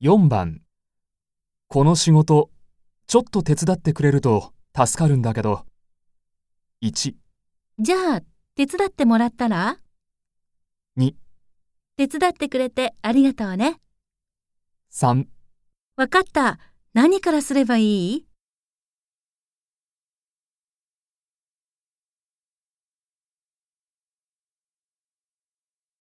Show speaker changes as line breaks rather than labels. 4番この仕事ちょっと手伝ってくれると助かるんだけど1
じゃあ、手伝ってもらったら
に
手伝ってくれてありがとうね。
3
わかった。何からすればいい